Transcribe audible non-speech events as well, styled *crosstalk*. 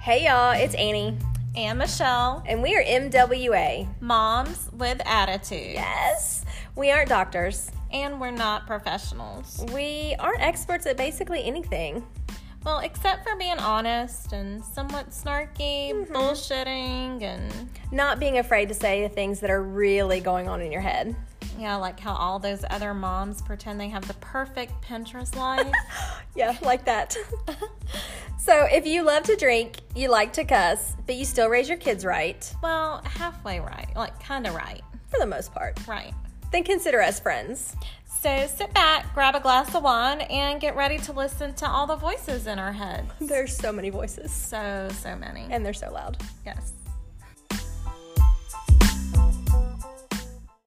Hey y'all, it's Annie, and Michelle, and we are MWA. moms with attitude. Yes, we aren't doctors. And we're not professionals. We aren't experts at basically anything. Well, except for being honest and somewhat snarky, bullshitting, and Not being afraid to say the things that are really going on in your head. yeah, like how all those other moms pretend they have the perfect Pinterest life. Yeah, like that. *laughs* so, if you love to drink, you like to cuss, but you still raise your kids right, well, halfway right, like kind of right. for the most part, Right. then consider us friends. So sit back, grab a glass of wine, and get ready to listen to all the voices in our heads. There's so many voices, So, so many. and they're so loud. yes.